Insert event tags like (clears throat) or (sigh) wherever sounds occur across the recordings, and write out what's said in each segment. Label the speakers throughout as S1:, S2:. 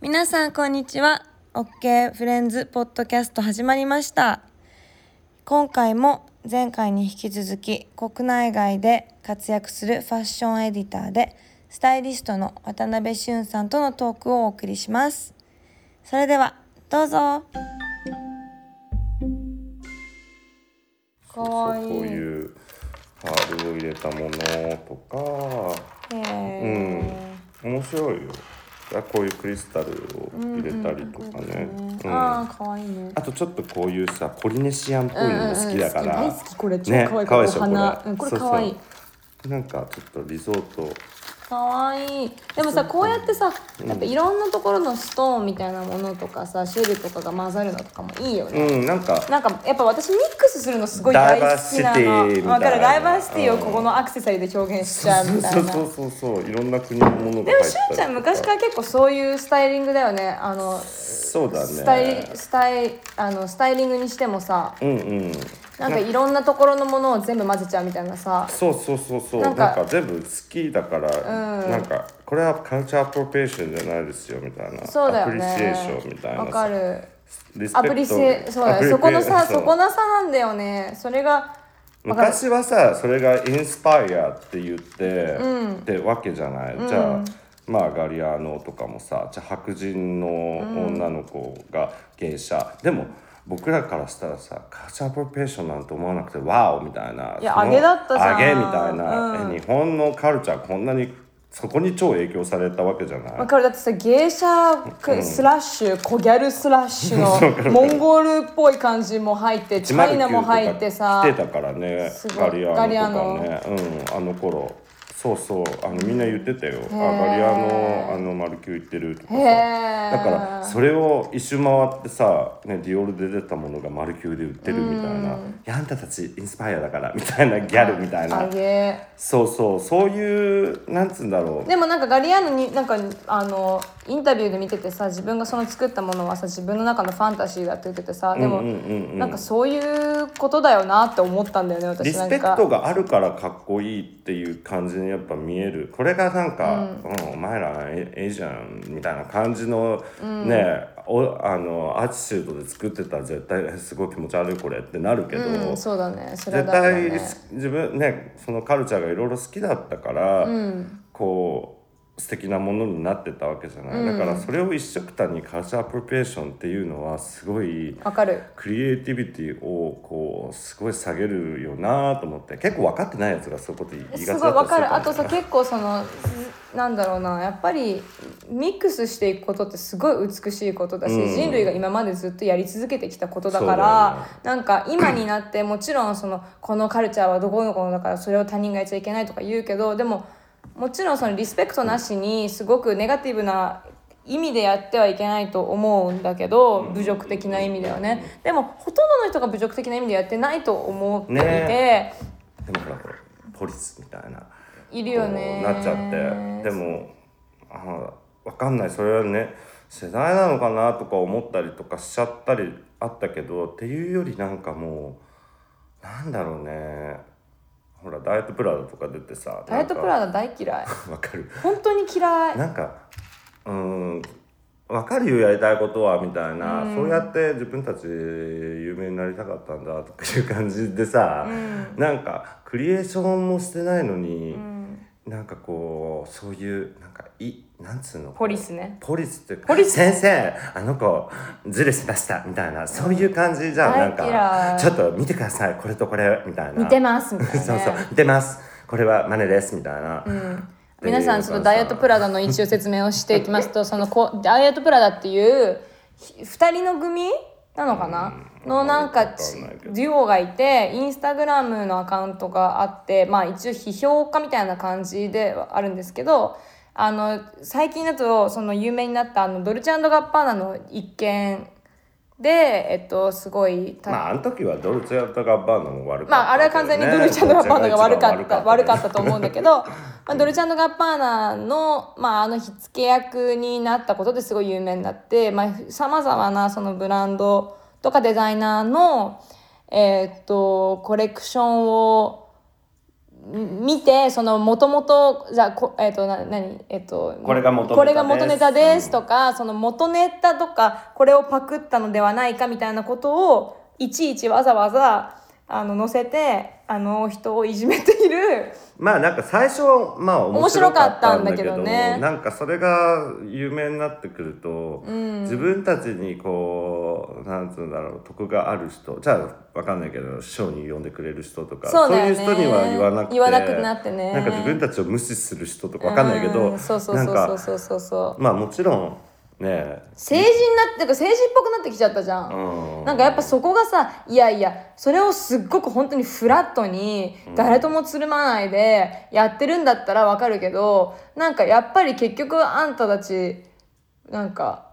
S1: 皆さんこんにちは OK フレンズポッドキャスト始まりました今回も前回に引き続き国内外で活躍するファッションエディターでスタイリストの渡辺俊さんとのトークをお送りしますそれではどうぞかわいい
S2: そうこういうパールを入れたものとか
S1: へー
S2: 面白いよあこういうクリスタルを入れたりとかねうん
S1: あーかわいいね
S2: あとちょっとこういうさポリネシアンっぽいのも好きだから、
S1: うんうんうん好き大好きこれ超
S2: ね
S1: 可愛い
S2: 可愛いでしょ
S1: この花
S2: これ
S1: うんこれ
S2: そうそう
S1: 可愛い
S2: なんかちょっとリゾート
S1: かわいいでもさこうやってさやっぱいろんなところのストーンみたいなものとかさ種類とかが混ざるのとかもいいよね、
S2: うんなんか
S1: なんかやっぱ私ミックスするのすごい大好きな
S2: ダイバーシティみたい
S1: の
S2: な
S1: わかるダイバーシティをここのアクセサリーで表現しちゃうみたいな
S2: そうそうそうそういろんな国のものが
S1: でも
S2: 入
S1: し
S2: ったり
S1: ゅ
S2: と
S1: うちゃん昔から結構そういうスタイリングだよねあの
S2: そうだね
S1: スタイスタイあのスタイリングにしてもさ
S2: うんうん
S1: なんかいろんなところのものを全部混ぜちゃうみたいなさ
S2: そうそうそうそう
S1: な
S2: なんん
S1: か
S2: か全部好きだから、なんかこれはカルチャーアプロペーションじゃないですよみたいな
S1: そうだよね
S2: アプリシエーションみたいな
S1: わかる
S2: リスペ
S1: ア
S2: クト
S1: プリセそうだ
S2: アプ
S1: よ
S2: リ
S1: そこのさ
S2: そう
S1: そこの差なんだよねそれがわかる
S2: 昔はさそれがインスパイアって言って、ってわけじゃない、じゃあまあガリアーノとかもさじゃあ白人の女の子が芸者、でも僕らからしたらさカルチャーアプロペーションなんて思わなくてワオみたいない
S1: いや揚げだったじゃん
S2: 揚げみたいな、え日本のカルチャーこんなにそこに超影響されたわけじゃない
S1: わかるだってさ芸者スラッシュ、小ギャルスラッシ
S2: (laughs)
S1: ュのモンゴルっぽい感じも入ってチャイナも入ってさ
S2: 来てたからね
S1: すご
S2: ガ
S1: い
S2: リアーノとかねうんあの頃そうそうあのみんな言ってたよ、あガリアーノあのマルキュー行ってるとか
S1: へ
S2: さ
S1: え
S2: だからそれを一周回ってさ、ね、ディオールで出たものがマルキューで売ってるみたいな、いやあんたたちインスパイアだからみたいなギャルみたいな、
S1: 揚げ
S2: そうそうそういうなんつうんだろう
S1: でもなんかガリアーノになんかあのインタビューで見ててさ自分がその作ったものはさ自分の中のファンタジーだって言っててさでも、なんかそういうことだよなって思ったんだよね
S2: リ
S1: 私な
S2: ス
S1: ん
S2: ペク
S1: か
S2: トがあるからかっこいいっていう感じにやっぱ見えるこれがなんか「うんお前らえええじゃん」みたいな感じの、ねおあのアティシュードで作ってたら絶対えすごい気持ち悪いこれってなるけど、
S1: うんそうだねそれはだ
S2: 絶
S1: から
S2: 対、
S1: ね
S2: 自分ねそのカルチャーがいろいろ好きだったから、こう素敵なものになってたわけじゃない、だからそれを一緒くたにカルチャーアプロペーションっていうのはすごい。
S1: わかる
S2: クリエイティビティをこうすごい下げるよなと思って結構分かってないやつがそういうこと言いがち
S1: す
S2: だ
S1: ごいわか
S2: った
S1: るあ
S2: りす
S1: とさ結構そのなんだろうなやっぱりミックスしていくことってすごい美しいことだし、人類が今までずっとやり続けてきたことだからなんか今になってもちろんそのこのカルチャーはどこのこのだからそれを他人がやっちゃいけないとか言うけどでももちろんそのリスペクトなしにすごくネガティブな意味でやってはいけないと思うんだけど侮辱的な意味ではねでもほとんどの人が侮辱的な意味でやってないと思っていて、
S2: ねでもほらほらポリスみたいない
S1: るよね
S2: こうなっちゃってでもあ分かんないそれはね世代なのかなとか思ったりとかしちゃったりあったけどっていうよりなんかもうなんだろうねほらダイエットプラダとか出てさ
S1: ダイエットプラダ大嫌い
S2: ダわかる
S1: 本当に嫌い
S2: なんかうーん分かるよやりたいことはみたいな、そうやって自分たち有名になりたかったんだとかいう感じでさ、なんかクリエーションもしてないのに、なんかこうそういうなんかいなんつうの
S1: ポリスね
S2: ポリスって
S1: ポリス
S2: 先生あの子ズレしましたみたいなそういう感じじゃん、
S1: 大嫌
S2: なん
S1: い
S2: かちょっと見てくださいこれとこれみたいな
S1: 似てますみたいな、ね、
S2: そう (laughs) そう似てますこれはマネですみたいな、
S1: 皆さんちょっとダイエットプラダの一応説明をしていきますとそのこダイエットプラダっていうひ二人の組なのかな、のなんか
S2: わかんないけど
S1: デュオがいてインスタグラムのアカウントがあってまあ一応批評家みたいな感じではあるんですけどあの最近だとその有名になったあのドルチェガッパーナの一件でえっとすごいた
S2: まああの時はドルチェとガッバーナも悪かったけどね、
S1: まあ、あれは完全にドルチャンガッパーナが悪かった悪かった
S2: ね
S1: と思うんだけど、 (laughs) まあ、ドルチャンガッパーナの,、まあ、あの火付け役になったことですごい有名になってさまざ、まなそのブランドとかデザイナーの、えーっとコレクションを見てそのもともとじゃあこえっ、とな何えっ、と
S2: これが元ネタです
S1: これが元ネタですとか、その元ネタとかこれをパクったのではないかみたいなことをいちいちわざわざあの載せてあの人をいじめている
S2: まあなんか最初はまあ面
S1: 面
S2: 白
S1: 白
S2: か
S1: か
S2: っ
S1: ったた
S2: ん
S1: ん
S2: だ
S1: だ
S2: け
S1: け
S2: ど
S1: どね
S2: なんかそれが有名になってくると、
S1: ん
S2: 自分たちにこうなんつうんだろう得がある人じゃあわかんないけど師匠に呼んでくれる人とか
S1: そうだよね
S2: そういう人には言わなくて
S1: 言わなくなってね
S2: なんか自分たちを無視する人とかわかんないけ
S1: う
S2: ど
S1: んそうそう
S2: な
S1: そ
S2: ん
S1: うそう
S2: か
S1: そうそうそう
S2: まあもちろんね
S1: 政治になってなんか政治っぽくなってきちゃったじゃん、
S2: うん
S1: なんかやっぱそこがさいやいやそれをすっごく本当にフラットに誰ともつるまないでやってるんだったらわかるけどなんかやっぱり結局あんたたちなんか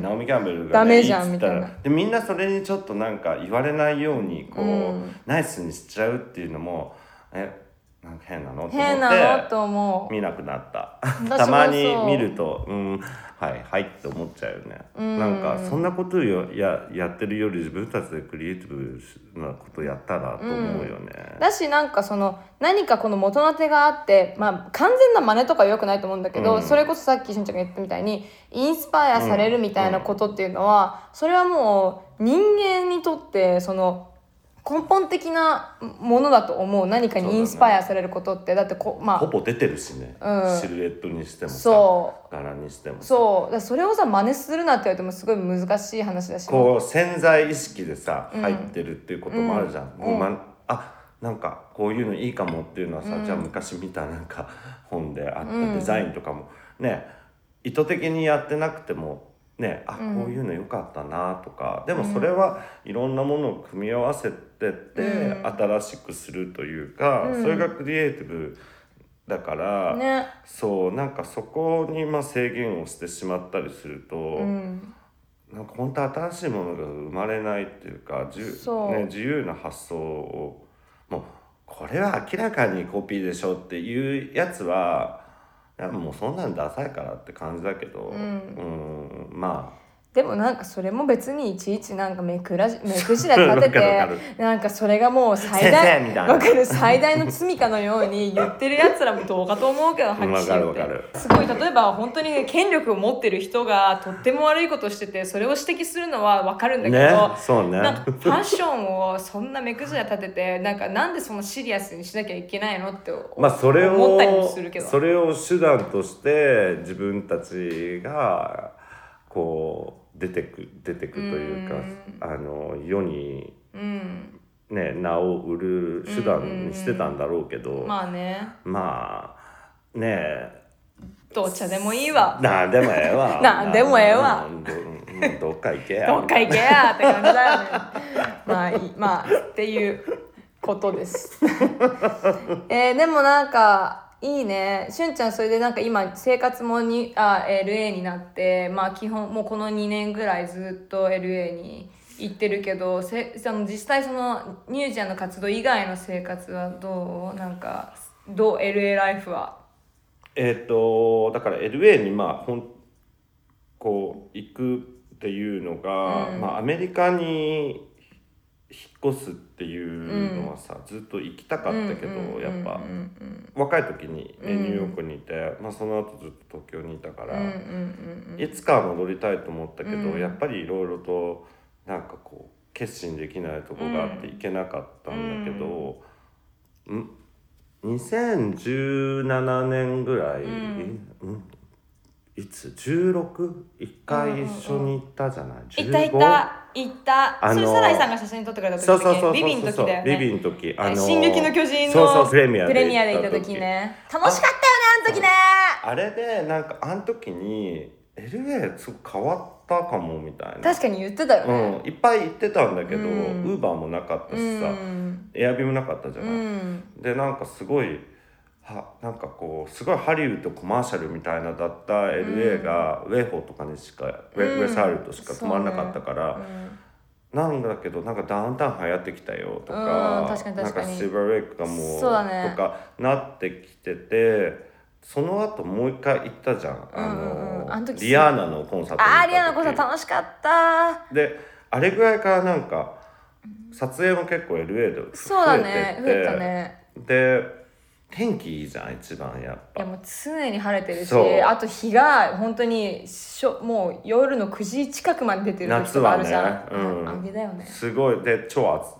S2: ナオミ・キャンベルが、ね、
S1: ダメじゃん
S2: いいっつったら
S1: みたい
S2: でみんなそれにちょっとなんか言われないようにこう、
S1: うん
S2: ナイスにしちゃうっていうのもえなんか変なのと思って
S1: 変なのと思う。
S2: 見なくなった
S1: そう
S2: たまに見るとうんはいはいって思っちゃうよね、なんかそんなことよややってるより自分たちでクリエイティブなことやったらと思うよね、
S1: だしなんかその何かこの元の手があって、まあ、完全な真似とかは良くないと思うんだけど、
S2: うん
S1: それこそさっきしんちゃんが言ったみたいにインスパイアされるみたいなことっていうのは、それはもう人間にとってその根本的なものだと思う何かにインスパイアされることってだってこま
S2: ほ
S1: あ
S2: ぼ出てるしね、
S1: うん
S2: シルエットにしてもさ
S1: そ
S2: 柄にしても
S1: う
S2: さ
S1: そうだからそれをさ真似するなって言われてもすごい難しい話だし
S2: こう潜在意識でさ入ってるっていうこともあるじゃん、
S1: うん
S2: もうまあなんかこういうのいいかもっていうのはさ、じゃあ昔見たなんか本であったデザインとかも、ね意図的にやってなくてもねあこういうの良かったなとか、でもそれはいろんなものを組み合わせてって、新しくするというか、それがクリエイティブだから、
S1: ね
S2: そうなんかそこにまあ制限をしてしまったりすると。
S1: うん
S2: なんか本当新しいものが生まれないっていうか自由,、
S1: そう
S2: ね、自由な発想をもうこれは明らかにコピーでしょっていうやつはいやもうそんなんダサいからって感じだけど、うん、ま
S1: でもなんかそれも別にいちいちなんか目くらじ目くじら立てて
S2: (laughs) わかるわか
S1: なんかそれがもう最
S2: 先生み
S1: 大
S2: たいな
S1: わかる最大の罪かのように言ってるやつらもどうかと思うけど
S2: かる
S1: 拍手って
S2: わかるわか
S1: すごい例えば本当にね権力を持ってる人がとっても悪いことをしててそれを指摘するのはわかるん
S2: あ
S1: だけ
S2: ね
S1: ど、
S2: そうね
S1: なんかファッションをそんな目くじら立ててなんかなんでそのシリアスにしなきゃいけないのって思
S2: まあそれ
S1: 思
S2: を
S1: ったりもするけど。
S2: それを手段として自分たちがこう出てく出てくというかあの世に
S1: うん、
S2: ね、名を売る手段にしてたんだろうけど、ま
S1: まあね
S2: あ、ねえ
S1: どう茶でもいいわ
S2: なんでもええ
S1: (laughs)
S2: わ
S1: なんでもええわ
S2: うんどうんどっか行けや
S1: どっか行けやって感じだよね。まあいいまあっていうこと
S2: (laughs)
S1: です。えーでもなんかいいね。しゅんちゃんそれでなんか今生活もにあ LA になってまあ基本もうこの2年ぐらいずっと LA に行ってるけどせその実際そのミュージアムの活動以外の生活はどうなんかどう LA ライフは。
S2: えっ、とだから LA にまあほんこう行くっていうのが、まあ、アメリカに引っ越すっていうのはさ、ずっと行きたかったけど、
S1: うんうん
S2: やっぱ
S1: うんうん
S2: 若い時に、ね、ニューヨークにいて、まあ、その後ずっと東京にいたから。
S1: うんうんうん
S2: いつかは戻りたいと思ったけど、
S1: うん
S2: やっぱりいろいろとなんかこう決心できないとこがあって
S1: う
S2: 行けなかったんだけど、ん2017年ぐらい、
S1: うん
S2: うんいつ 16?1 回一緒に行ったじゃない、
S1: 行った行った行った、
S2: あのー
S1: それサライさんが写真撮ってくれた時
S2: そうそうそうそう
S1: ビビンの時だよ
S2: ビビ
S1: ね
S2: ンの時
S1: あのー進撃の巨人の
S2: そうそうプレミア
S1: プレミアで行った
S2: 行
S1: 時ね楽しかったよねあの時ね
S2: あれでなんかあの時に LA すごく変わったかもみたいな
S1: 確かに言ってたよ
S2: う
S1: ね
S2: ん、いっぱい行ってたんだけどウ
S1: うん
S2: ーバーもなかった
S1: う
S2: しさ、
S1: ん
S2: エアビーもなかったじゃ
S1: う
S2: ない、
S1: ん
S2: でなんかすごいはなんかこうすごいハリウッドコマーシャルみたいなだった LA がウェイホーとかにしか、ウェ
S1: う
S2: ウ
S1: ん
S2: ェスハリウッドしか泊まらなかったから、なんだけどなんかダウンタウン流行ってきたよとか,、
S1: うん確かに確かに
S2: なんかシルバーウェイクがもう
S1: そうだね
S2: とかなってきてて。その後もう一回行ったじゃん、
S1: うんうんうんあ
S2: あの
S1: の時
S2: リアーナのコンサートに行った
S1: あ
S2: 時
S1: ーリアの子さん楽しかった
S2: であれぐらいからなんか撮影も結構 LA で増えてて
S1: そうだね増えたね
S2: で天気いいじゃん一番やっ
S1: いや
S2: ぱ
S1: もう常に晴れてるし
S2: そう
S1: あと日が本当にしょもう夜の9時近くまで出てる時
S2: 夏
S1: とかあ
S2: は
S1: る
S2: ね
S1: じゃん、
S2: うん
S1: あげだよね
S2: すごいで超暑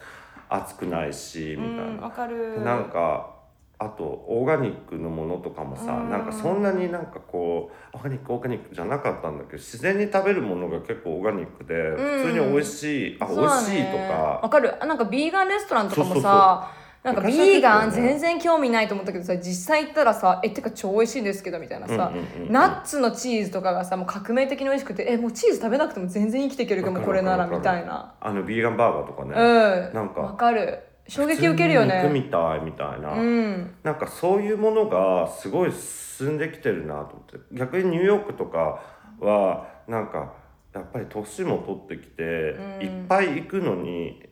S2: 暑くないし
S1: う
S2: みたい
S1: ん
S2: な
S1: わ、かる
S2: なんかあとオーガニックのものとかもさ、
S1: うん
S2: なんかそんなになんかこうオーガニックオーガニックじゃなかったんだけど自然に食べるものが結構オーガニックで、
S1: ん
S2: 普通に美味しいあ、
S1: そう
S2: 美
S1: だ
S2: 味
S1: ね
S2: しいと
S1: わ
S2: か
S1: かるあなんかビーガンレストランとかも
S2: そうそう
S1: さなんかビーガン
S2: 昔は結構ね
S1: 全然興味ないと思ったけどさ実際行ったらさ「えってか超美味しいんですけど」みたいなさ、
S2: うんうんうんうん
S1: ナッツのチーズとかがさもう革命的に美味しくて「えもうチーズ食べなくても全然生きていけるけどもうこれなら」
S2: わかる
S1: み
S2: わか
S1: た
S2: る
S1: いな
S2: あのビーガンバーガーとかね、
S1: うん
S2: なんか
S1: わかる衝撃受けるよ
S2: 普通に
S1: ね
S2: 肉みたいみたいな、
S1: うん
S2: なんかそういうものがすごい進んできてるなと思って逆にニューヨークとかはなんかやっぱり年も取ってきて、
S1: ん
S2: いっぱい行くのに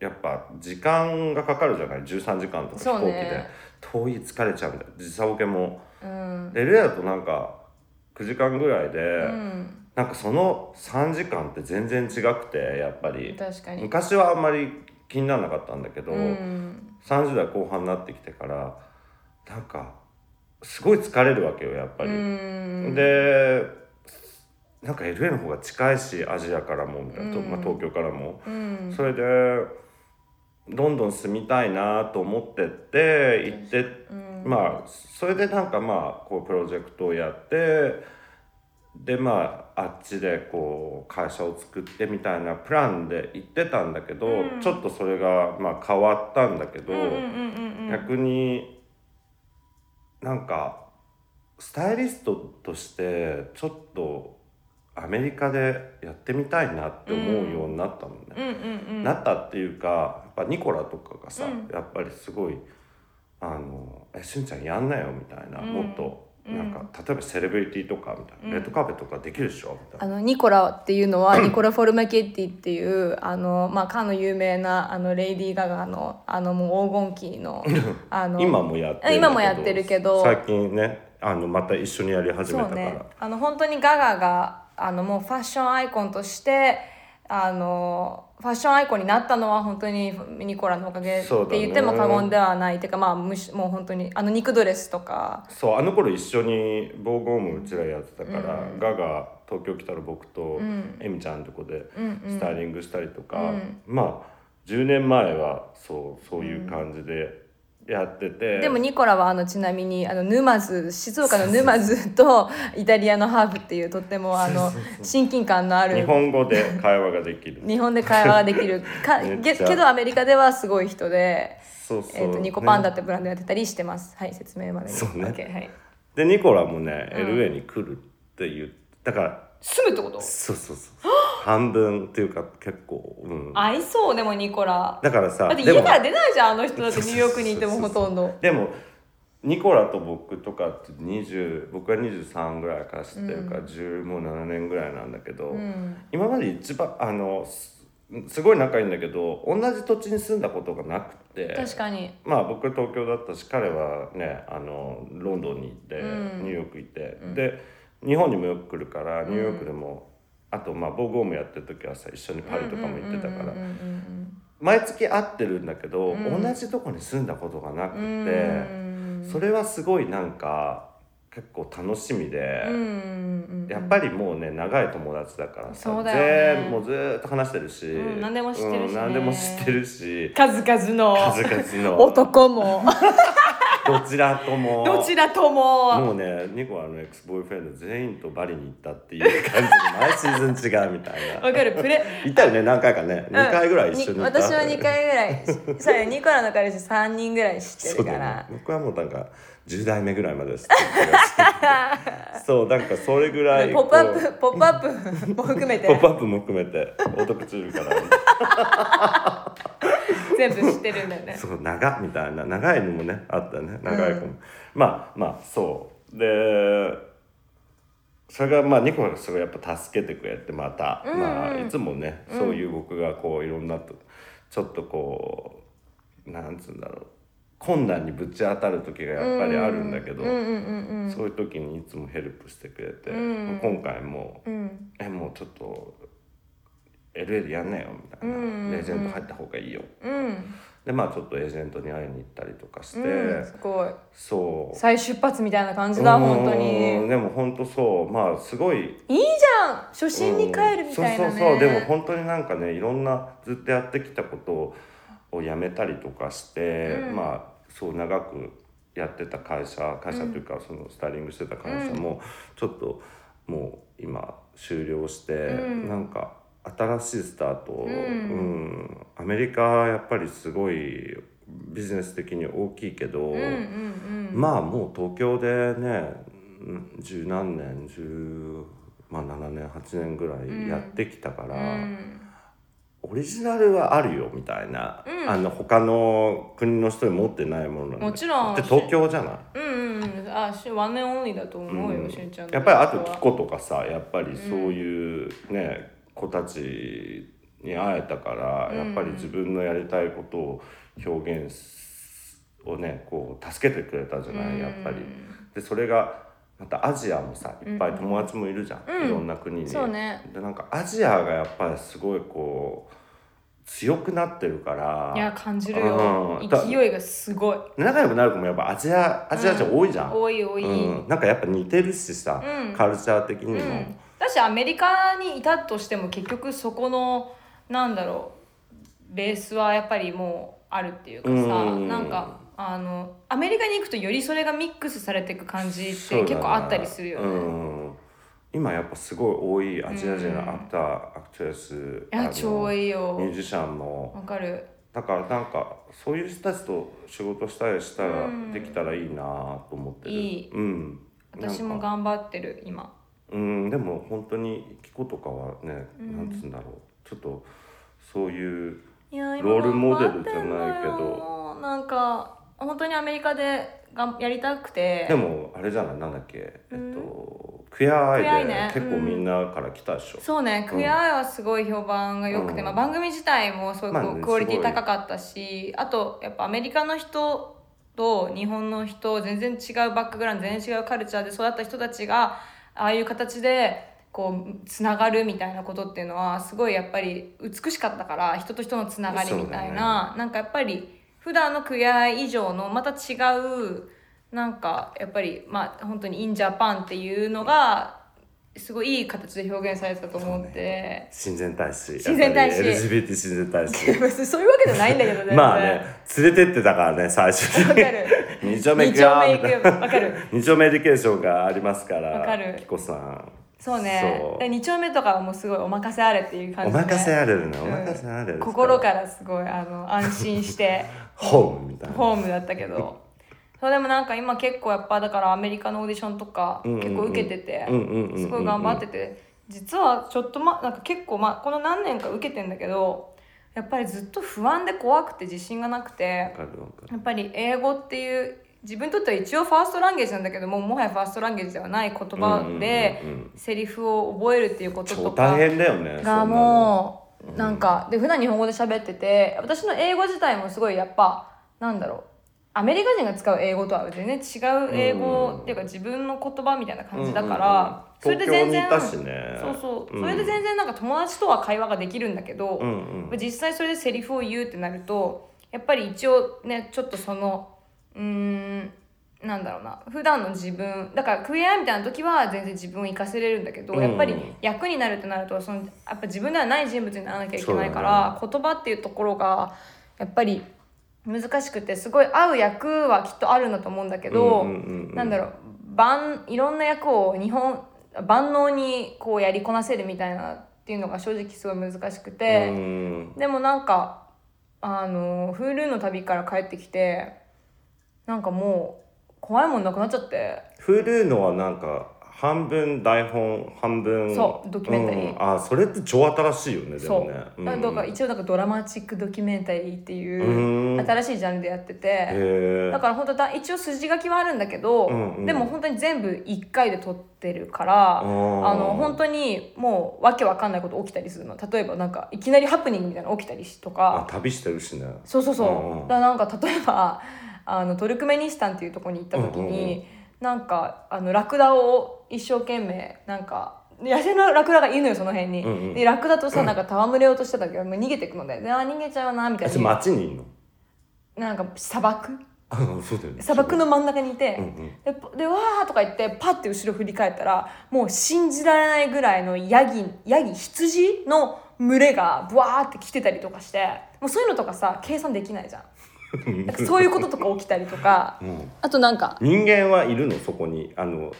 S2: やっぱ時間がかかるじゃない13時間とか飛
S1: そう
S2: 行機で、
S1: ね
S2: 遠い疲れちゃうみたいな時差ボケも。
S1: うん
S2: で LA だとなんか9時間ぐらいで、
S1: うん
S2: なんかその3時間って全然違くてやっぱり
S1: 確かに
S2: 昔はあんまり気にならなかったんだけど、
S1: うん
S2: 30代後半になってきてからなんかすごい疲れるわけよやっぱ
S1: う
S2: り。
S1: ん
S2: でなんか LA の方が近いしアジアからもみたいな、と
S1: うん
S2: まあ、東京からも。
S1: うん
S2: それでロンドン住みたいなと思ってって行って、
S1: うん
S2: まあそれでなんかまあこうプロジェクトをやってでまああっちでこう会社を作ってみたいなプランで行ってたんだけど、
S1: うん
S2: ちょっとそれがまあ変わったんだけど。
S1: うんうんうんうん
S2: 逆になんかスタイリストとしてちょっとアメリカでやってみたいなって思うようになったのね。
S1: うんうんうん
S2: なったっていうかやっぱニコラとかがさ、
S1: うん
S2: やっぱりすごい「あのえしゅんちゃんやんなよ」みたいな、
S1: うん
S2: もっとなんか、
S1: う
S2: 例えばセレブリティとかみたいな、
S1: うん
S2: レッドカーペットとかできるでしょみたいな
S1: あ。のニコラっていうの
S2: (clears throat)
S1: はニコラ・フォルマケッティっていうあの、まあ、かの有名なあのレイディー・ガガのあのもう黄金期
S2: (laughs)
S1: のあの
S2: 今もやってるんだけど
S1: 今もやってるけど
S2: 最近ねあのまた一緒にやり始め
S1: そ
S2: た
S1: う
S2: から、
S1: ねあの本当にガガがあのもうファッションアイコンとしてあのファッションアイコンになったのは本当にニコラのおかげって
S2: そうだね
S1: 言っても過言ではない、ていうかまあむしもう本当にあの肉ドレスとか
S2: そうあの頃一緒に防護もうちらやってたから、ガガ東京来たら僕と
S1: ん
S2: エミちゃんとこで
S1: うんうん
S2: スタイリングしたりとか、
S1: うん
S2: まあ10年前はそうそういう感じでやってて、
S1: でもニコラはあのちなみにあの沼津静岡の沼津
S2: (laughs)
S1: とイタリアのハーブっていうとってもあの親近感のある
S2: 日本語で会話ができる
S1: 日本で会話ができ
S2: (laughs)
S1: るか
S2: めっち
S1: け
S2: ゃ
S1: けどアメリカではすごい人で、
S2: そうそう、
S1: えー、とニコパンダっ
S2: ね
S1: てブランドやってたりしてます、はい説明までに
S2: そうね
S1: OK はい、
S2: でニコラもね、LA に来るって言うだから
S1: 住むってこと
S2: そうそ
S1: (gasps)
S2: うそう半分っていうか結構うん
S1: 合いそうでもニコラ
S2: だからさ
S1: だって
S2: で
S1: 家
S2: も
S1: から出ないじゃんあの人だってニューヨークにいても
S2: そう
S1: ほ
S2: そうそうそう
S1: とんど
S2: でもニコラと僕とかって20僕は23ぐらいから知ってるから、10もう7年ぐらいなんだけど、
S1: うん
S2: 今まで一番あのすすごい仲いいんだけど同じ土地に住んだことがなくて
S1: 確かに
S2: まあ僕東京だったし彼はねあのロンドンに行って、
S1: うん
S2: ニューヨーク行って、で日本にもよく来るからニューヨークでも、あとまあ防護もやってる時はさ一緒にパリとかも行ってたから、
S1: うんうんうん
S2: 毎月会ってるんだけど、
S1: うん
S2: 同じとこに住んだことがなくて。
S1: うんうん
S2: それはすごいなんか結構楽しみで、
S1: うんうんうん
S2: やっぱりもうね長い友達だからさ
S1: そうだよね
S2: 全部もうずーっと話してるし、
S1: うん何でも知ってるしね
S2: うん何でも知って
S1: (laughs)
S2: るし
S1: 数々の
S2: 数々の
S1: 男も
S2: どちらと
S1: (laughs)
S2: も
S1: どちらとも
S2: もうねニコラのエクスボーイフレンド全員とバリに行ったっていう感じで毎シーズン違うみたい
S1: (laughs)
S2: な
S1: わかるプレ
S2: 行ったよね何回かね、二2回ぐらい一緒に
S1: うん
S2: 行った
S1: 私は2回ぐ (laughs) らいそうよニコラの彼氏3人ぐらい知って
S2: そう
S1: るか
S2: だよ
S1: ら
S2: ね、僕はもうなんか10代目ぐらいまでですって言って
S1: (laughs)
S2: ますそうなんかそれぐらい
S1: ポップア
S2: こう
S1: ップポップアップも (laughs) 含め
S2: ポップ
S1: て
S2: アップも含めてオートクチュ
S1: (laughs)
S2: ールから
S1: 全部知ってるんだよね
S2: そう長っみたいな長いのもねあったね長い子も、まあまあそうでそれがまあニコがすごいやっぱ助けてくれてまた、
S1: うんうん
S2: まあいつもねそういう僕がこういろんなとちょっとこうなんつうんだろう困難にぶち当たる時が (laughs) やっぱりあるんだけど、
S1: うんうんうん
S2: そういう時にいつもヘルプしてくれて、
S1: うん
S2: 今回も
S1: うんうん
S2: えもうちょっと LA でやんなよみたいな、
S1: うんうんうん
S2: エージェント入った方がいいよ
S1: うん、
S2: でまあちょっとエージェントに会いに行ったりとかして、
S1: うん、すごい
S2: そう
S1: 再出発みたいな感じだ本当
S2: うん
S1: に
S2: でも本当そうまあすごい
S1: いいじゃん初心に帰るみたいなね、
S2: うんそうそうそうでも本当になんかねいろんなずっとやってきたことをやめたりとかして、
S1: うん
S2: まあそう長くやってた会社会社というか、そのスタイリングしてた会社も、ちょっともう今終了して、
S1: うん
S2: なんか新しいスタート、
S1: うん
S2: うんアメリカはやっぱりすごいビジネス的に大きいけど、
S1: うんうんうん
S2: まあもう東京でねうん十何年十、まあ、7年8年ぐらいやってきたから、
S1: うん
S2: オリジナルはあるよみたいな、
S1: うん
S2: あの他の国の人に持ってないもの
S1: もちろん
S2: で東京じゃない
S1: うんうんうんあしワンエンオンリーだと思うよ、
S2: うん
S1: しゅんちゃんの
S2: やっぱりあと
S1: こは
S2: キコとかさやっぱりそういうね、子たちに会えたから、
S1: うん
S2: やっぱり自分のやりたいことを表現すをねこう助けてくれたじゃない、やっぱり。でそれがまたアジアもさいっぱい友達もいるじゃん、
S1: うん
S2: いろんな国に。
S1: そうね
S2: でなんかアジアがやっぱりすごいこう強くなってるか
S1: いや
S2: ら
S1: 感じるよ
S2: うんだ
S1: 勢いがすごい
S2: 仲良くなる子もやっぱアジアアジア人多いじゃん。
S1: 多い多い、
S2: うんなんかやっぱ似てるしさ、
S1: うん
S2: カルチャー的に
S1: う
S2: も。
S1: ん、だしアメリカにいたとしても結局そこのなんだろうベースはやっぱりもうあるっていうかさ、
S2: うん
S1: なんかあのアメリカに行くとよりそれがミックスされていく感じって
S2: そうだね
S1: 結構あったりするよね。
S2: うん今やっぱすごい多いアジア人のアクター、アクトレス
S1: いや
S2: あの
S1: 超いいよ
S2: ミュージシャンも
S1: わかる
S2: だからなんかそういう人たちと仕事したりしたら、
S1: うん
S2: できたらいいなと思ってる
S1: いい
S2: うん、
S1: 私も
S2: なんか
S1: 頑張ってる今
S2: うんでも本当にキコとかはね、
S1: うん
S2: なんつうんだろうちょっとそういう
S1: いや今
S2: ロールモデルじゃないけど
S1: 頑張ってんのよなんか本当にアメリカでがんやりたくて
S2: でもあれじゃないなんだっけ、
S1: うん
S2: えっとクエアアイ
S1: クエアア
S2: で、
S1: イね
S2: 結構みんなから来たでしょ、
S1: そうね「クエアアイ」はすごい評判が良くて、
S2: うん
S1: まあ、番組自体もすごい
S2: まあ
S1: こう
S2: ね
S1: クオリテ
S2: す
S1: ィ
S2: ごい
S1: 高かったし、あとやっぱアメリカの人と日本の人全然違うバックグラウンド全然違うカルチャーで育った人たちがああいう形でこうつながるみたいなことっていうのはすごいやっぱり美しかったから人と人のつながりみたいな、なんかやっぱり普段のクエアアイ以上のまた違うなんかやっぱりまあ本当に「インジャパン」っていうのがすごいいい形で表現されてたと思って、
S2: 親善大使
S1: 親善大使
S2: やっぱり LGBT 親善大
S1: (laughs)
S2: 使
S1: 別にそういうわけじゃないんだけど全然
S2: まあね連れてってたからね最初
S1: (laughs) わか
S2: に
S1: る
S2: 二丁目
S1: 二
S2: 行くよ
S1: 丁目
S2: みたい
S1: 行
S2: な
S1: く
S2: (laughs)
S1: よわかる
S2: 二丁目エデュケーションがありますか
S1: わからる
S2: キコさん
S1: そうね
S2: そう
S1: で二丁目とかはもうすごいお任せあれっていう感
S2: お
S1: じで
S2: 任せあれるね、
S1: うん
S2: お任せあれる
S1: 心からすごいあの安心して
S2: ホームみたいな
S1: ホームだったけどそうでもなんか今結構やっぱだからアメリカのオーディションとか
S2: うんうんうん
S1: 結構受けてて
S2: うんうんうんうん
S1: すごい頑張ってて実はちょっとまなんか結構まこの何年か受けてんだけどやっぱりずっと不安で怖くて自信がなくて
S2: わかるわかる
S1: やっぱり英語っていう自分にとっては一応ファーストランゲージなんだけどももはやファーストランゲージではない言葉で
S2: うんうんうんうん
S1: セリフを覚えるっていうこと
S2: 超
S1: と
S2: 大
S1: か
S2: 変だよ
S1: が
S2: ねそんなの
S1: もうなんかで普段日本語で喋ってて私の英語自体もすごいやっぱなんだろうアメリカ人が使う英語とは全然違う英
S2: うん
S1: 語っていうか自分の言葉みたいな感じだか
S2: うんうんうん
S1: らそれで全然
S2: 東京にいたしね
S1: そうそうそれで全然なんか友達とは会話ができるんだけど
S2: うんうん
S1: 実際それでセリフを言うってなるとやっぱり一応ねちょっとそのうーんなんだろうな普段の自分だからクエアみたいな時は全然自分を生かせれるんだけど、
S2: うん
S1: やっぱり役になるとなるとそのやっぱ自分ではない人物にならなきゃいけないか
S2: そう
S1: ら、言葉っていうところがやっぱり難しくてすごい合う役はきっとあるんだと思うんだけど、
S2: うんうんうんうん
S1: なんだろう万いろんな役を日本万能にこうやりこなせるみたいなっていうのが正直すごい難しくて。
S2: うん
S1: でもなんかあの Hulu の旅から帰ってきてなんかもう怖いもんなくなっちゃって、
S2: Hulu のはなんか半分台本半分
S1: そうドキュメンタリー
S2: うんあそれって超新しいよねで
S1: そ
S2: も
S1: う、
S2: ね
S1: だ
S2: ん
S1: から一応なんかドラマチックドキュメンタリーって
S2: う
S1: い
S2: ん
S1: う新しいジャンルでやってて、
S2: へ
S1: だから本当だ一応筋書きはあるんだけど、
S2: うんうん
S1: でも本当に全部1回で撮ってるから。あの本当にもうわけわかんないこと起きたりするの例えばなんかいきなりハプニングみたいなの起きたりとか
S2: あ旅してるしね
S1: そうそうそう、
S2: うんう
S1: だ
S2: ん
S1: からなんか例えば (laughs) あのトルクメニスタンっていうところに行った時に、
S2: うんうんう
S1: なんかあのラクダを一生懸命なんか野生のラクダがいるのよその辺に、
S2: うんうん
S1: でラクダとさなんか戯れようとしてたんだけどもう逃げてくのでであー逃げちゃうなみた
S2: あ
S1: い
S2: それ
S1: な
S2: 街にいんの (laughs)
S1: なんか砂漠
S2: あそうだよね
S1: 砂漠の真ん中にいて、
S2: うんうん
S1: でぽでわーとか言ってパッて後ろ振り返ったらもう信じられないぐらいのヤギヤギ羊の群れがブワーって来てたりとかしてもうそういうのとかさ計算できないじゃんなんかそういうこととか起きたりとか
S2: うん
S1: あとなんか
S2: 人間はいるのそこにあの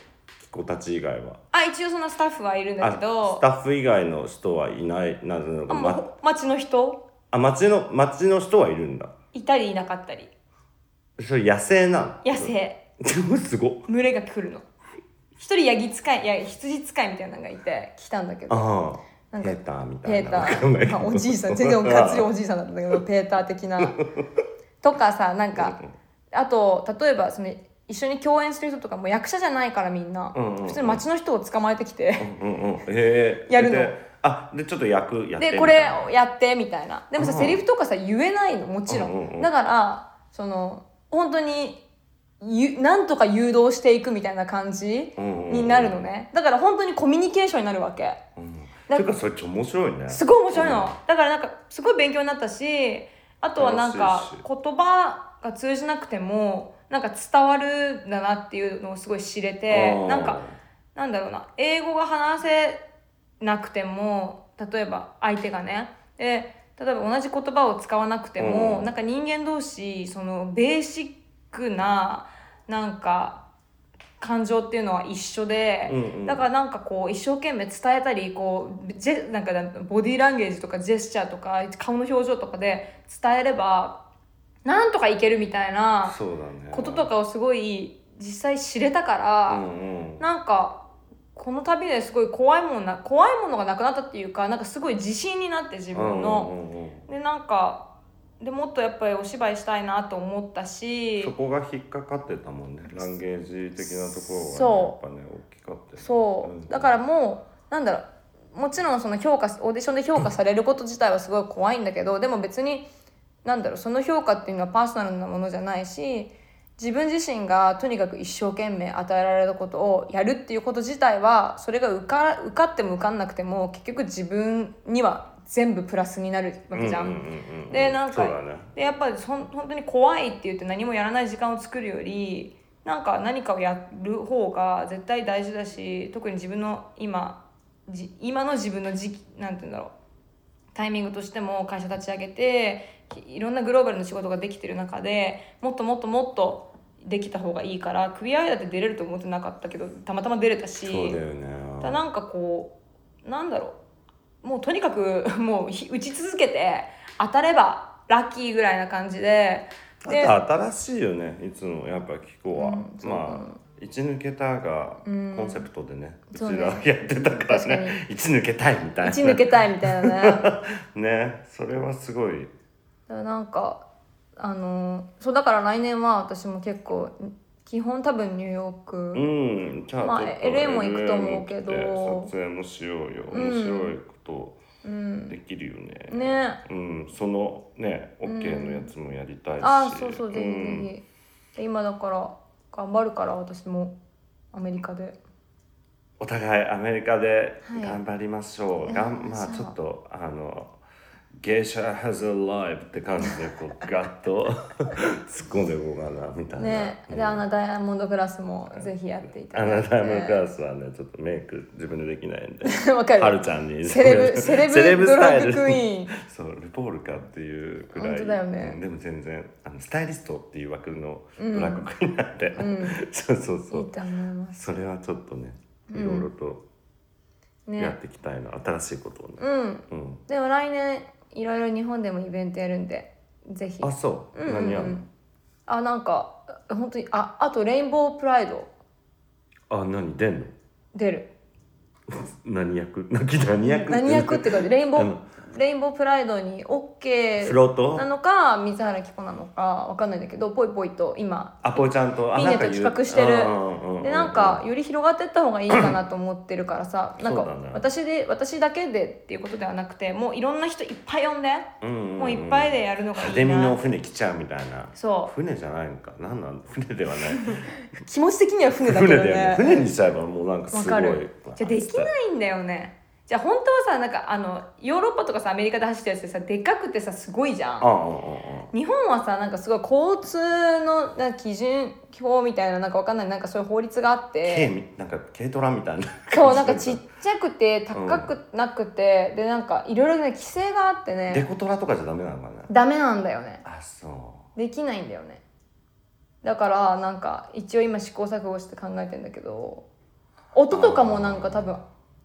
S2: 子たち以外は
S1: あ一応そのスタッフはいるんだ
S2: あ
S1: け
S2: ス
S1: ど
S2: タッフ以外の人はいないなんていうの
S1: あ
S2: か、
S1: も
S2: ま、
S1: う町の人
S2: あ町の町の人はいるんだ
S1: いたりいなかったり
S2: それ野生なの
S1: 野生
S2: (laughs) すごっ
S1: 群れが来るの一人ヤギ使いいや羊使いみたいなのがいて来たんだけど
S2: ああ
S1: なん
S2: ペ
S1: か
S2: ーターみた
S1: ペ
S2: い
S1: ー
S2: な
S1: タ
S2: わかんない
S1: ー、
S2: け
S1: ま
S2: ど
S1: あ、おじいさん全然おかついおじいさんだったんだけどペーター的なとかさなんかあと例えばその一緒に共演する人とかも役者じゃないからみんな、
S2: うんうんうん
S1: 普通に街の人を捕まえてきて、
S2: うんうんへえ
S1: やるの
S2: であでちょっと役やってみたいな
S1: でこれをやってみたいなでもさ、
S2: うん
S1: セリフとかさ言えないのもちろん,、
S2: うんうんうん
S1: だからその本当にゆなんとか誘導していくみたいな感じ
S2: うんうんうん
S1: になるのねだから本当にコミュニケーションになるわけ。
S2: うん
S1: だ
S2: てかそれちょ面白いね
S1: すごい面白いの、
S2: うん
S1: だからなんかすごい勉強になったしあとはなんか
S2: 楽しいし
S1: 言葉が通じなくてもなんか伝わるんだなっていうのをすごい知れて
S2: あー
S1: なんかなんだろうな英語が話せなくても例えば相手がねで例えば同じ言葉を使わなくても、
S2: うん
S1: なんか人間同士そのベーシックななんか感情っていうのは一緒で、
S2: うんうん
S1: だからなんかこう一生懸命伝えたりこうジェなんかボディーランゲージとかジェスチャーとか顔の表情とかで伝えればなんとかいけるみたいな
S2: そうだね
S1: ことと
S2: か
S1: かをすごい実際知れたから。
S2: うんうん
S1: なんかこの旅ですごい怖いもんな怖いものがなくなったっていうかなんかすごい自信になって自分の、
S2: うんうんうんうん
S1: でなんかでもっとやっぱりお芝居したいなと思ったし
S2: そこが引っかかってたもんねランゲージ的なところが、ね、
S1: そ
S2: やっぱね大きかったよね
S1: そう、
S2: うん
S1: だからもうなんだろうもちろんその評価オーディションで評価されること自体はすごい怖いんだけどでも別になんだろうその評価っていうのはパーソナルなものじゃないし自分自身がとにかく一生懸命与えられたことをやるっていうこと自体はそれが受か受かっても受かんなくても結局自分には全部プラスになるわけじゃん。
S2: うううう
S1: でなんか
S2: そうだね
S1: でやっぱりそん本当に怖いって言って何もやらない時間を作るよりなんか何かをやる方が絶対大事だし特に自分の今じ今の自分の時期なんて言うんだろうタイミングとしても会社立ち上げてきいろんなグローバルの仕事ができてる中でもっともっともっとできた方がいいからクビアイだって出れると思ってなかったけどたまたま出れたし
S2: そうだよね
S1: ただなんかこうなんだろうもうとにかく (laughs) もうひ打ち続けて当たればラッキーぐらいな感じでで
S2: あと新しいよねいつもやっぱ気候は、
S1: うんそうだね
S2: まあ「一抜けた」がコ
S1: うん
S2: ンセプトでね、う
S1: そう
S2: ち
S1: ね
S2: らやってたから
S1: 確か
S2: ね「一抜けたい」みたいな
S1: 打ち抜けたいみたいなね (laughs) だか
S2: ねそれはすごい
S1: らなんかあのそうだから来年は私も結構基本多分ニューヨー
S2: う
S1: ク
S2: んじゃあ、
S1: まあ
S2: ちょっと
S1: LA も行くと思うけど
S2: LA も来て撮影もしようよ
S1: うん
S2: 面白いこと
S1: うん、
S2: できるよね、
S1: ね
S2: うん、そのね OK のやつもやりたいし、
S1: あそうそうぜひぜ
S2: ん
S1: ひ、で今だから頑張るから私もアメリカで
S2: お互いアメリカで
S1: はい
S2: 頑張りましょう、
S1: うん
S2: がんまあ
S1: そう
S2: ちょっとあの芸者 has alive って感じでこうガッと突っ込んでいこうかなみたいな、
S1: ね
S2: うん
S1: であのダイヤモンドグラスもぜひやっていた
S2: あ
S1: だ
S2: ない
S1: て
S2: たのクラスはねちょっとメイク自分でできないんで
S1: (laughs) わかる
S2: はるちゃんに
S1: セレ
S2: (laughs)
S1: ブセレブドラッグクイーン
S2: そうルポールかっていうくらい
S1: 本当だよね
S2: うんでも全然あのスタイリストっていう枠のドラッグクイーンなんで、
S1: ん
S2: そうそう (laughs) そ
S1: いういと思います
S2: それはちょっとねいろいろとや
S1: ね
S2: っていきたいな、新しいことをね、
S1: うん
S2: うん
S1: でも来年いろいろ日本でもイベントやるんでぜひ
S2: あそう、
S1: うんうんうん
S2: 何やるの
S1: あなんか本当にああとレインボープライド
S2: あ何出んの
S1: 出る
S2: 何役 (laughs) 何何役
S1: 何役ってかレインボ
S2: う
S1: ー
S2: ん
S1: レインボープライドに
S2: フ
S1: OK
S2: ロート
S1: なのか水原希子なのかわかんないんだけどぽいぽいと今
S2: アポちゃんと
S1: みんなと
S2: 言う
S1: 企画してる
S2: うんううう
S1: でなんかより広がってった方がいいかなと思ってるからさなんか
S2: そうだね
S1: 私で私だけでっていうことではなくてもういろんな人いっぱい呼んで
S2: うんうんうん
S1: もういっぱいでやるのがいいな
S2: 派手みの船来ちゃうみたいな
S1: そ
S2: 船じゃないのか何なん船ではない
S1: う気持ち的には船だけ
S2: 船
S1: ど
S2: だよね
S1: ね
S2: 船にしちゃえばもうなんか
S1: わ
S2: すごい
S1: かるじゃあでき
S2: さ
S1: ないんだよねじゃあ本当はさなんかあのヨーロッパとかさアメリカで走ったやつでさでかくてさすごいじゃん
S2: ああああ
S1: 日本はさなんかすごい交通のなんか基準表みたいななんかわかんないなんかそういう法律があっ
S2: あ軽
S1: て
S2: みなんか軽トラみたいな
S1: そうな
S2: 感
S1: ん
S2: じ
S1: か
S2: で
S1: ちっちゃくて高くなくて、でなんかいろいろね規制があって
S2: デ
S1: ね
S2: コトラとかじゃダメなのかな
S1: ダメなんだよね
S2: あそう
S1: できないんだよねだからなんか一応今試行錯誤して考えてんだけど音とかもなんか多分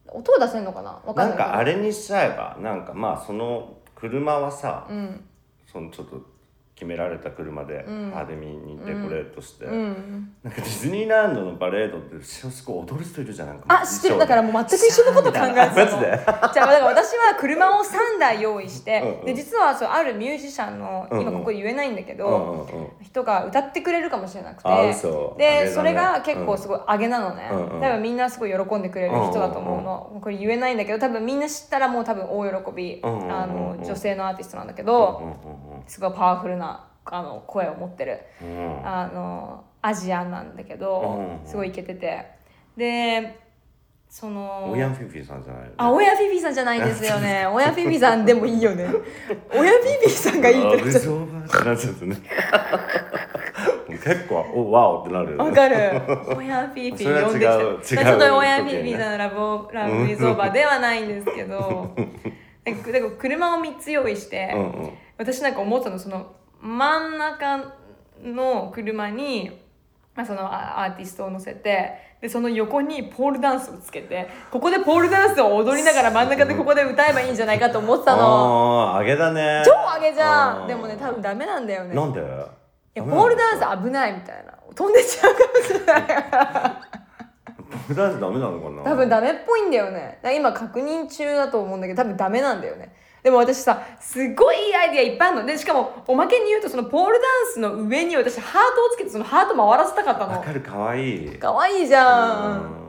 S1: 音を出せんのかなわかん
S2: な
S1: ない
S2: んかあれにしちゃえばなんかまあその車はさ、
S1: うん
S2: そのちょっと決められた車で
S1: うん
S2: アカデミーにデコレートして、
S1: うん
S2: なんかディズニーランドのパレードって後ろすごい踊る人いるじゃんなんか
S1: あ知ってるだから
S2: もう
S1: もう全く一緒のこと考えてたの
S2: マジで
S1: じゃあだから私は車を3台用意して
S2: うんうん
S1: で実はそうあるミュージシャンの
S2: うんう
S1: 今
S2: ん
S1: ここで言えないんだけ
S2: う
S1: ど、
S2: んうんうん
S1: 人が歌ってくれるかもしれなくて
S2: あ嘘あれだ
S1: で
S2: ね
S1: それが結構すごい上げなのね、
S2: うんうん
S1: 多分みんなすごい喜んでくれる人だと思うの、これ言えないんだけど多分みんな知ったらもう多分大喜び、
S2: うんうんうんうん
S1: あの女性のアーティストなんだけ
S2: う
S1: ど、
S2: んうん
S1: すごいパワフルなあの声を持ってる
S2: うんうん
S1: あのアジアンなんだけど
S2: う、んうん
S1: すごいイケててでその
S2: オイアンフィフィさんじゃない
S1: あ、親フィフィさんじゃないですよ
S2: (laughs)
S1: ね。親フィフィさんでもいいよね。親フィフィさんがいいってなっちゃっ
S2: そうってなっちゃったね結構おわおってなるよ
S1: た。
S2: ね
S1: わかる。
S2: (laughs)
S1: 親フィフ
S2: それ
S1: ィ
S2: は違う
S1: 呼んできた。
S2: 違う
S1: ちょっと親フ
S2: 時
S1: ィ
S2: 計
S1: フ
S2: ね
S1: ィさんのラボラブイズオーバーではないんですけど、なんかだから車を三つ用意して、
S2: うんうん
S1: 私なんか思ったのその真ん中の車に、まあ、そのあアーティストを乗せてでその横にポールダンスをつけてここでポールダンスを踊りながら真ん中でここで歌えばいいんじゃないかと思ってたの。
S2: ああ揚げだね
S1: 超上げじゃ
S2: うん
S1: でもね多分ダメなんだよね
S2: なんで
S1: いやボールダンス危ないみたいな飛んでっちゃうかもしれない
S2: ボールダンスダメなのかな
S1: 多分ダメっぽいんだよねだから今確認中だと思うんだけど多分ダメなんだよねでも私さすごいいいアイディアいっぱいあるのでしかもおまけに言うとそのポールダンスの上に私ハートをつけてそのハート回らせたかった
S2: わ
S1: の
S2: かるかわいい
S1: かわいいじゃん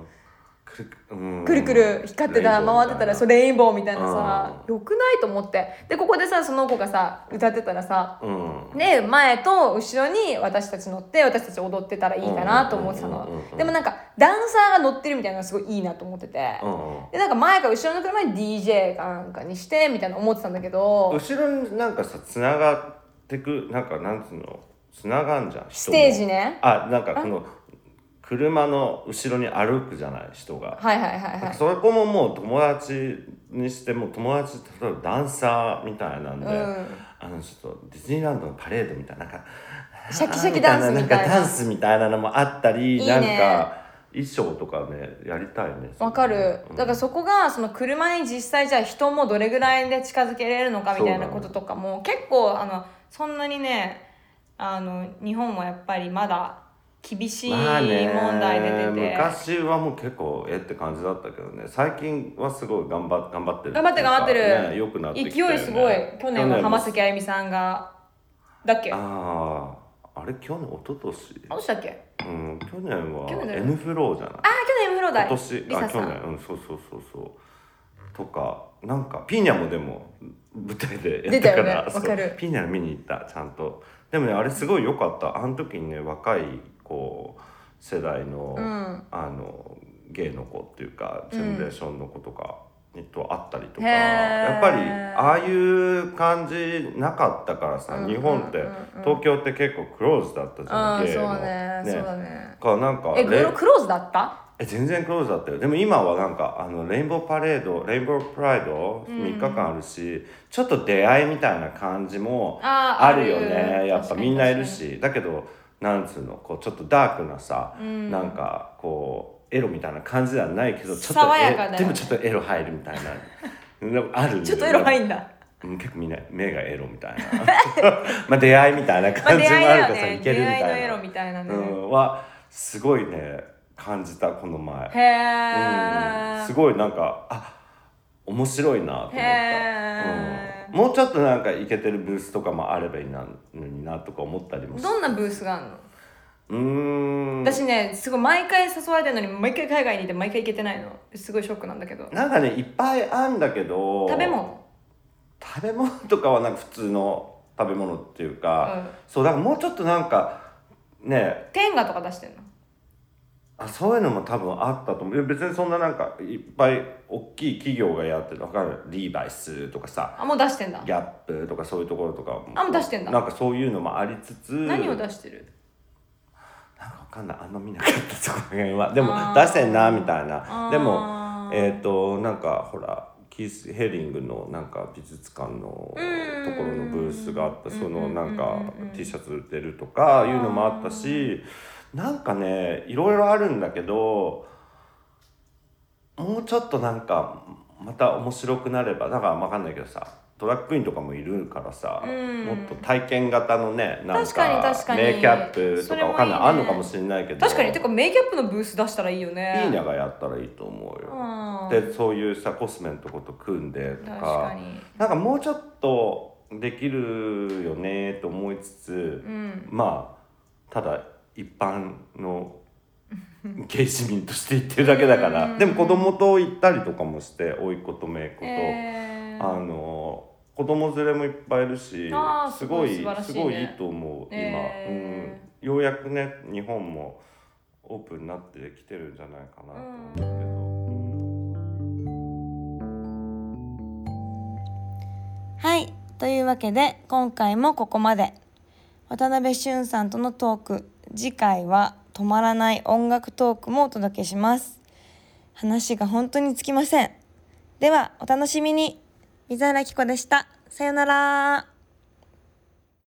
S2: くるうん
S1: くるくる光ってたら回ってたらそれレインボーみたいなさ
S2: う
S1: よくないと思ってでここでさその子がさ歌ってたらさ
S2: うん
S1: で前と後ろに私たち乗って私たち踊ってたらいいかなと思ってた
S2: うんうんうんうんう
S1: の
S2: ん
S1: でもなんかダンサーが乗ってるみたいなのがすごいいいなと思ってて
S2: うん
S1: でなんか前か後ろの車に DJ かなんかにしてみたいな思ってたんだけど
S2: 後ろになんかさつながってくなんかなんつうのつながんじゃん人も
S1: ステージね
S2: あなんかこの車の後ろに歩くじゃない人が
S1: はいはいはいはい
S2: そこももう友達にしても友達例えばダンサーみたいなんで、
S1: うん
S2: あのちょっとディズニーランドのパレードみたいななんか
S1: シャキシャキダンスみたいな
S2: なんかダンスみたいなのもあった
S1: い
S2: り
S1: いね
S2: なんか衣装とかねやりたいね
S1: わかる
S2: うん
S1: だからそこがその車に実際じゃあ人もどれぐらいで近づけれるのかみたいなこととかも結構あのそんなにねあの日本もやっぱりまだ厳しい問
S2: まあね
S1: 題出てて、
S2: 昔はもう結構えって感じだったけどね最近はすごい頑張頑張ってる
S1: 頑張って頑張ってる
S2: なんかね、よくなってきてるね
S1: 勢いすごい去年は浜崎あゆみさんがだっけ
S2: 去年
S1: あ
S2: もあああれ去年一昨年
S1: どうしたっけ
S2: うん去年は
S1: 去年だよ
S2: N フローじゃない
S1: あ去年風呂だ
S2: 今年
S1: リサ
S2: あ
S1: さ
S2: 去
S1: ん
S2: 年うんそうそうそうそうとかなんかピーニャもでも舞台でやったから
S1: 出たよね
S2: そう
S1: わかる
S2: ピーニャ見に行ったちゃんとでもねあれすごい良かったあの時にね若いこう世代の、
S1: うん
S2: あの芸の子っていうかジェネレーションの子とかにと会ったりとか、
S1: へー
S2: やっぱりああいう感じなかったからさ、
S1: うんうんうんうん
S2: 日本って、東京って結構クローズだったじゃ
S1: あ
S2: ん、
S1: ー
S2: 芸
S1: そう
S2: の
S1: ねそうだね
S2: だからなんか
S1: え
S2: レ
S1: 黒クローズだった
S2: え全然クローズだったよでも今はなんかあのレインボーパレードレインボープライド
S1: うん
S2: 3日間あるし、ちょっと出会いみたいな感じも
S1: あー
S2: あるよ
S1: ある
S2: ねやっぱみんないるしだけどなんつうのこうちょっとダークなさ、
S1: うん
S2: なんかこうエロみたいな感じではないけどちょっと
S1: 爽やかだよね
S2: えでもちょっとエロ入るみたいなでもあるんだよね
S1: ちょっとエロ入ん
S2: (laughs)
S1: だ
S2: うん結構みんな目がエロみたいな (laughs) まあ出会いみたいな
S1: まあ
S2: 感
S1: 出
S2: じも
S1: 会い
S2: ある
S1: だ
S2: から
S1: よ
S2: さ、
S1: ね
S2: いけ
S1: 出
S2: るみ
S1: 会
S2: たい
S1: いの
S2: な
S1: エロみたいなね、
S2: うん、はすごいね感じたこの前。
S1: へえ、
S2: うんすごいなんかあ面白いなと思った
S1: へ、ー
S2: うんもうちょっとなんかイケてるブースとかもあればいいなのになとか思ったりもし
S1: どんなブースがあるの、
S2: うーん
S1: 私ねすごい毎回誘われてるのに毎回海外にいて毎回行けてないのすごいショックなんだけど
S2: なんかねいっぱいあんだけど
S1: 食べ物
S2: 食べ物とかはなんか普通の食べ物っていうか、
S1: うん
S2: そうだからもうちょっとなんかね
S1: 天下とか出してんの
S2: あそういうのも多分あったと思ういや別にそんななんかいっぱい大きい企業がやってるわかるリーバイスとかさ
S1: あもう出してんだ
S2: ギャップとかそういうところとかも
S1: あもう出してんだ
S2: なんかそういうのもありつつ
S1: 何を出してる
S2: なんかわかんないあんま見なかったそこら辺はでも
S1: あー
S2: 出してんなみたいなで
S1: あ
S2: も
S1: ー
S2: えっ、となんかほらキース・ヘリングのなんか美術館のとこ
S1: うん
S2: ろのブースがあったそのな
S1: う
S2: ん
S1: ん
S2: か
S1: うんうんうん
S2: T シャツ売ってるとかいうのもあったしなんかねいろいろあるんだけどもうちょっとなんかまた面白くなればだからわかんないけどさドラッグインとかもいるからさ、
S1: うん
S2: もっと体験型のねなん
S1: 確かに確か
S2: か
S1: に
S2: メイキャップ
S1: そ
S2: と
S1: れ
S2: か
S1: もいいね
S2: わかんないあんのかもしれないけど
S1: 確かにてかメイキャップのブース出したらいいよね
S2: いいながやったらいいと思うよ、
S1: うん
S2: でそういうさコスメのとこと組んでと
S1: 確
S2: か
S1: かに
S2: なんかもうちょっとできるよねと思いつつ
S1: う、ん
S2: まあただ一般の芸市民として行ってるだけだから、でも子供と行ったりとかもして甥っ子と姪っ子と、
S1: え
S2: あの子供連れもいっぱいいるし
S1: あー
S2: すご
S1: すごい素
S2: い
S1: 晴らし
S2: す
S1: いね
S2: ごいいいと思う今、
S1: え
S2: うん、ようやくね日本もオープンになってきてるんじゃないかなと思うけど。うん
S1: はいというわけで今回もここまで渡辺俊さんとのトーク次回は止まらない音楽トークもお届けします話が本当につきませんではお楽しみに水原希子でしたさよなら